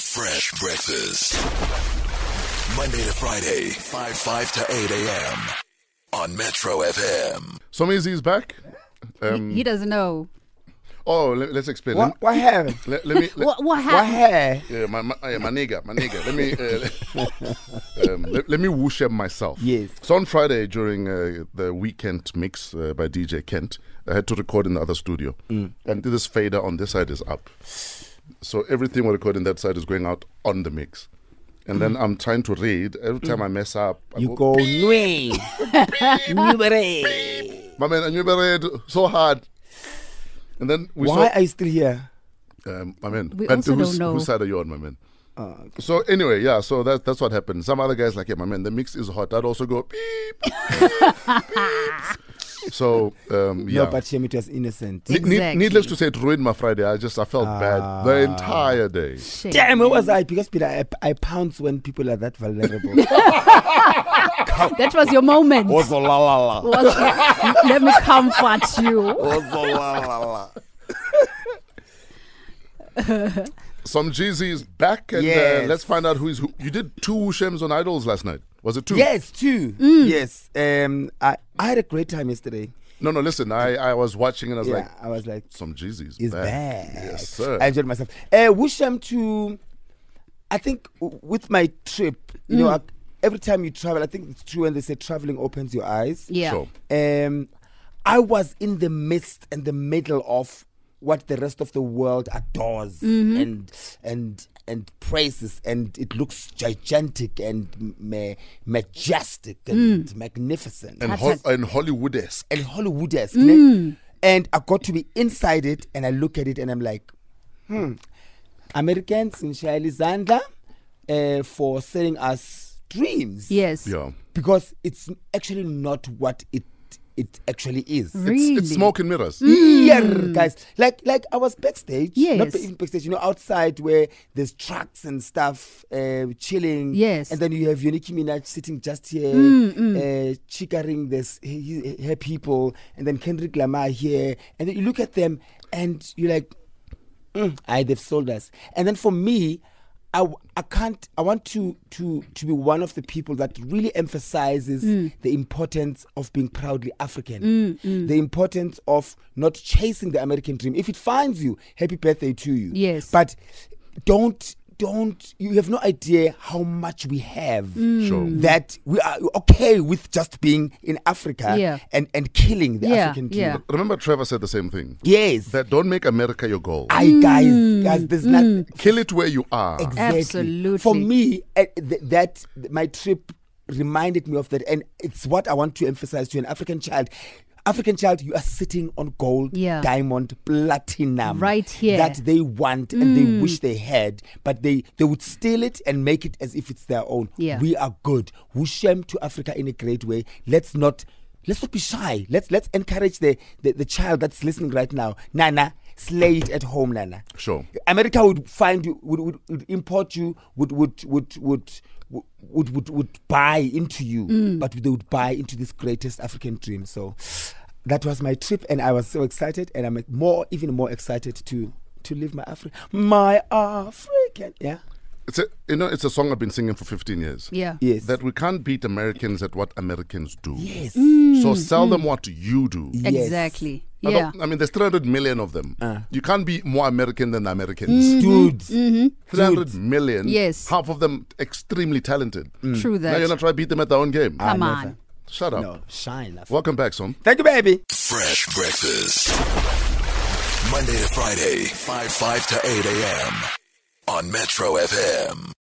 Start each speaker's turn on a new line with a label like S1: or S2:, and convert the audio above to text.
S1: Fresh breakfast. Monday to Friday, 5 5 to 8 a.m. on Metro FM.
S2: So Mizi's back. Um,
S3: He doesn't know.
S2: oh, let, us explain. Let,
S4: What, what happened?
S2: me- let, let me. Let,
S3: What, what
S4: What
S3: happened?
S4: happened?
S2: yeah, my, my, yeah, my nigga, my nigga. Let me uh, le- um, let, let me whoosh up myself.
S4: Yes.
S2: So on Friday during uh, the weekend mix uh, by DJ Kent, I had to record in the other studio,
S4: Mm.
S2: and this fader on this side is up, so everything we record in that side is going out on the mix, and then I'm trying to read. Every time I mess up, I
S4: Mm. You go nui. Nui.
S2: my man, and you read so hard, and then we
S4: Why
S2: saw.
S4: are you still here?
S2: Um, my man,
S3: We
S2: Kanti,
S3: also
S2: whose,
S3: don't know.
S2: whose side are you on, my man?
S4: Uh,
S2: So anyway, yeah. So that, that's what happened. Some other guys like, yeah, my man, the mix is hot. I'd also go beep, beep, beep. So um, yeah.
S4: No, but Shem, it was innocent.
S2: Ne- ne-
S3: Exactly.
S2: needless to say, it ruined my Friday. I just I felt bad the
S4: Ah.
S2: entire day.
S3: Shit.
S4: Damn, where was I? Because Peter, I, I pounce when people are that vulnerable.
S3: That was your moment.
S4: Also, la la la.
S3: Was- Let me comfort you.
S4: Also, la la la.
S2: Some Jeezy is back, and uh,
S4: Yes.
S2: let's find out who is who. You did two Shems on Idols last night. Was it two?
S4: Yes, two. Yes. Um, I, I had a great time yesterday.
S2: No, no. Listen, I I was watching and I was
S4: yeah,
S2: like,
S4: I was like,
S2: some Jeezy's
S4: is
S2: back.
S4: back.
S2: Yes, sir.
S4: I enjoyed myself. Uh, wish them to. I think w- with my trip, you know, I, every time you travel, I think it's true when they say traveling opens your eyes.
S3: Yeah.
S2: Sure.
S4: Um, I was in the midst and the middle of what the rest of the world adores
S2: Mm-hmm.
S4: and and and praises, and it looks gigantic and ma- majestic and magnificent
S2: Mm. and, Mm.
S3: That's
S2: hol-
S3: it.
S2: and Hollywood esque.
S4: and Hollywood esque. And I got to be inside it and I look at it and I'm like, hmm, Americans in Shaili Zandla uh, for selling us dreams.
S3: Yes.
S2: Yeah.
S4: Because it's actually not what it it actually is.
S3: Really?
S2: It's smoke and mirrors.
S4: Mm. Yeah, guys. Like like I was backstage.
S3: Yes.
S4: Not even backstage, you know, outside where there's trucks and stuff uh, chilling.
S3: Yes. Mm,
S4: And then you have your Nicki Minaj sitting just here, uh, chickering this he- he- her people, and then Kendrick Lamar here, and then you look at them and you're like, mm, I they've sold us. And then for me. I, w- I can't I want to to to be one of the people that really emphasizes
S3: Mm.
S4: the importance of being proudly African the importance of not chasing the American dream if it finds you happy birthday to you
S3: Yes.
S4: but don't don't you have no idea how much we have
S3: Mm.
S2: Sure.
S4: that we are okay with just being in Africa
S3: Yeah.
S4: and and killing the
S3: Yeah,
S4: African dream
S3: yeah.
S2: Remember, Trevor said the same thing.
S4: yes
S2: That don't make America your goal.
S4: I
S3: Mm.
S4: guys guys there's not
S2: Kill it where you are.
S4: Exactly.
S3: Absolutely.
S4: For me, uh, th- that my trip reminded me of that, and it's what I want to emphasize to an African child. African child, you are sitting on gold,
S3: Yeah.
S4: diamond, platinum,
S3: Right here. Mm.
S4: that they want and they wish they had, but they they would steal it and make it as if it's their own.
S3: Yeah.
S4: We are good. Wish them to Africa in a great way. Let's not let's not be shy. Let's let's encourage the the, the child that's listening right now. Nana, slay it at home, Nana.
S2: Sure.
S4: America would find you, would, would, would import you, would would would would would would, would buy into you, but they would buy into this greatest African dream. So that was my trip, and I was so excited, and I'm more, even more excited to to live my Africa, my African, yeah,
S2: It's a, you know, it's a song I've been singing for 15 years.
S3: Yeah.
S4: yes,
S2: That we can't beat Americans at what Americans do.
S4: yes,
S2: So sell them what you do.
S4: Yes.
S3: Exactly.
S2: I,
S3: Yeah.
S2: don't- I mean, there's 300 million of them. You can't be more American than the Americans.
S4: dude,
S2: 300 million.
S3: Yes.
S2: Half of them extremely talented.
S3: True
S2: Now you're
S3: that.
S2: not trying to beat them at their own game.
S3: Come
S4: never.
S3: on.
S2: Shut up.
S4: no, shine. Africa.
S2: Welcome back, son.
S4: Thank you, baby.
S1: Fresh breakfast. Monday to Friday, 5 5 to 8 a.m. on Metro FM.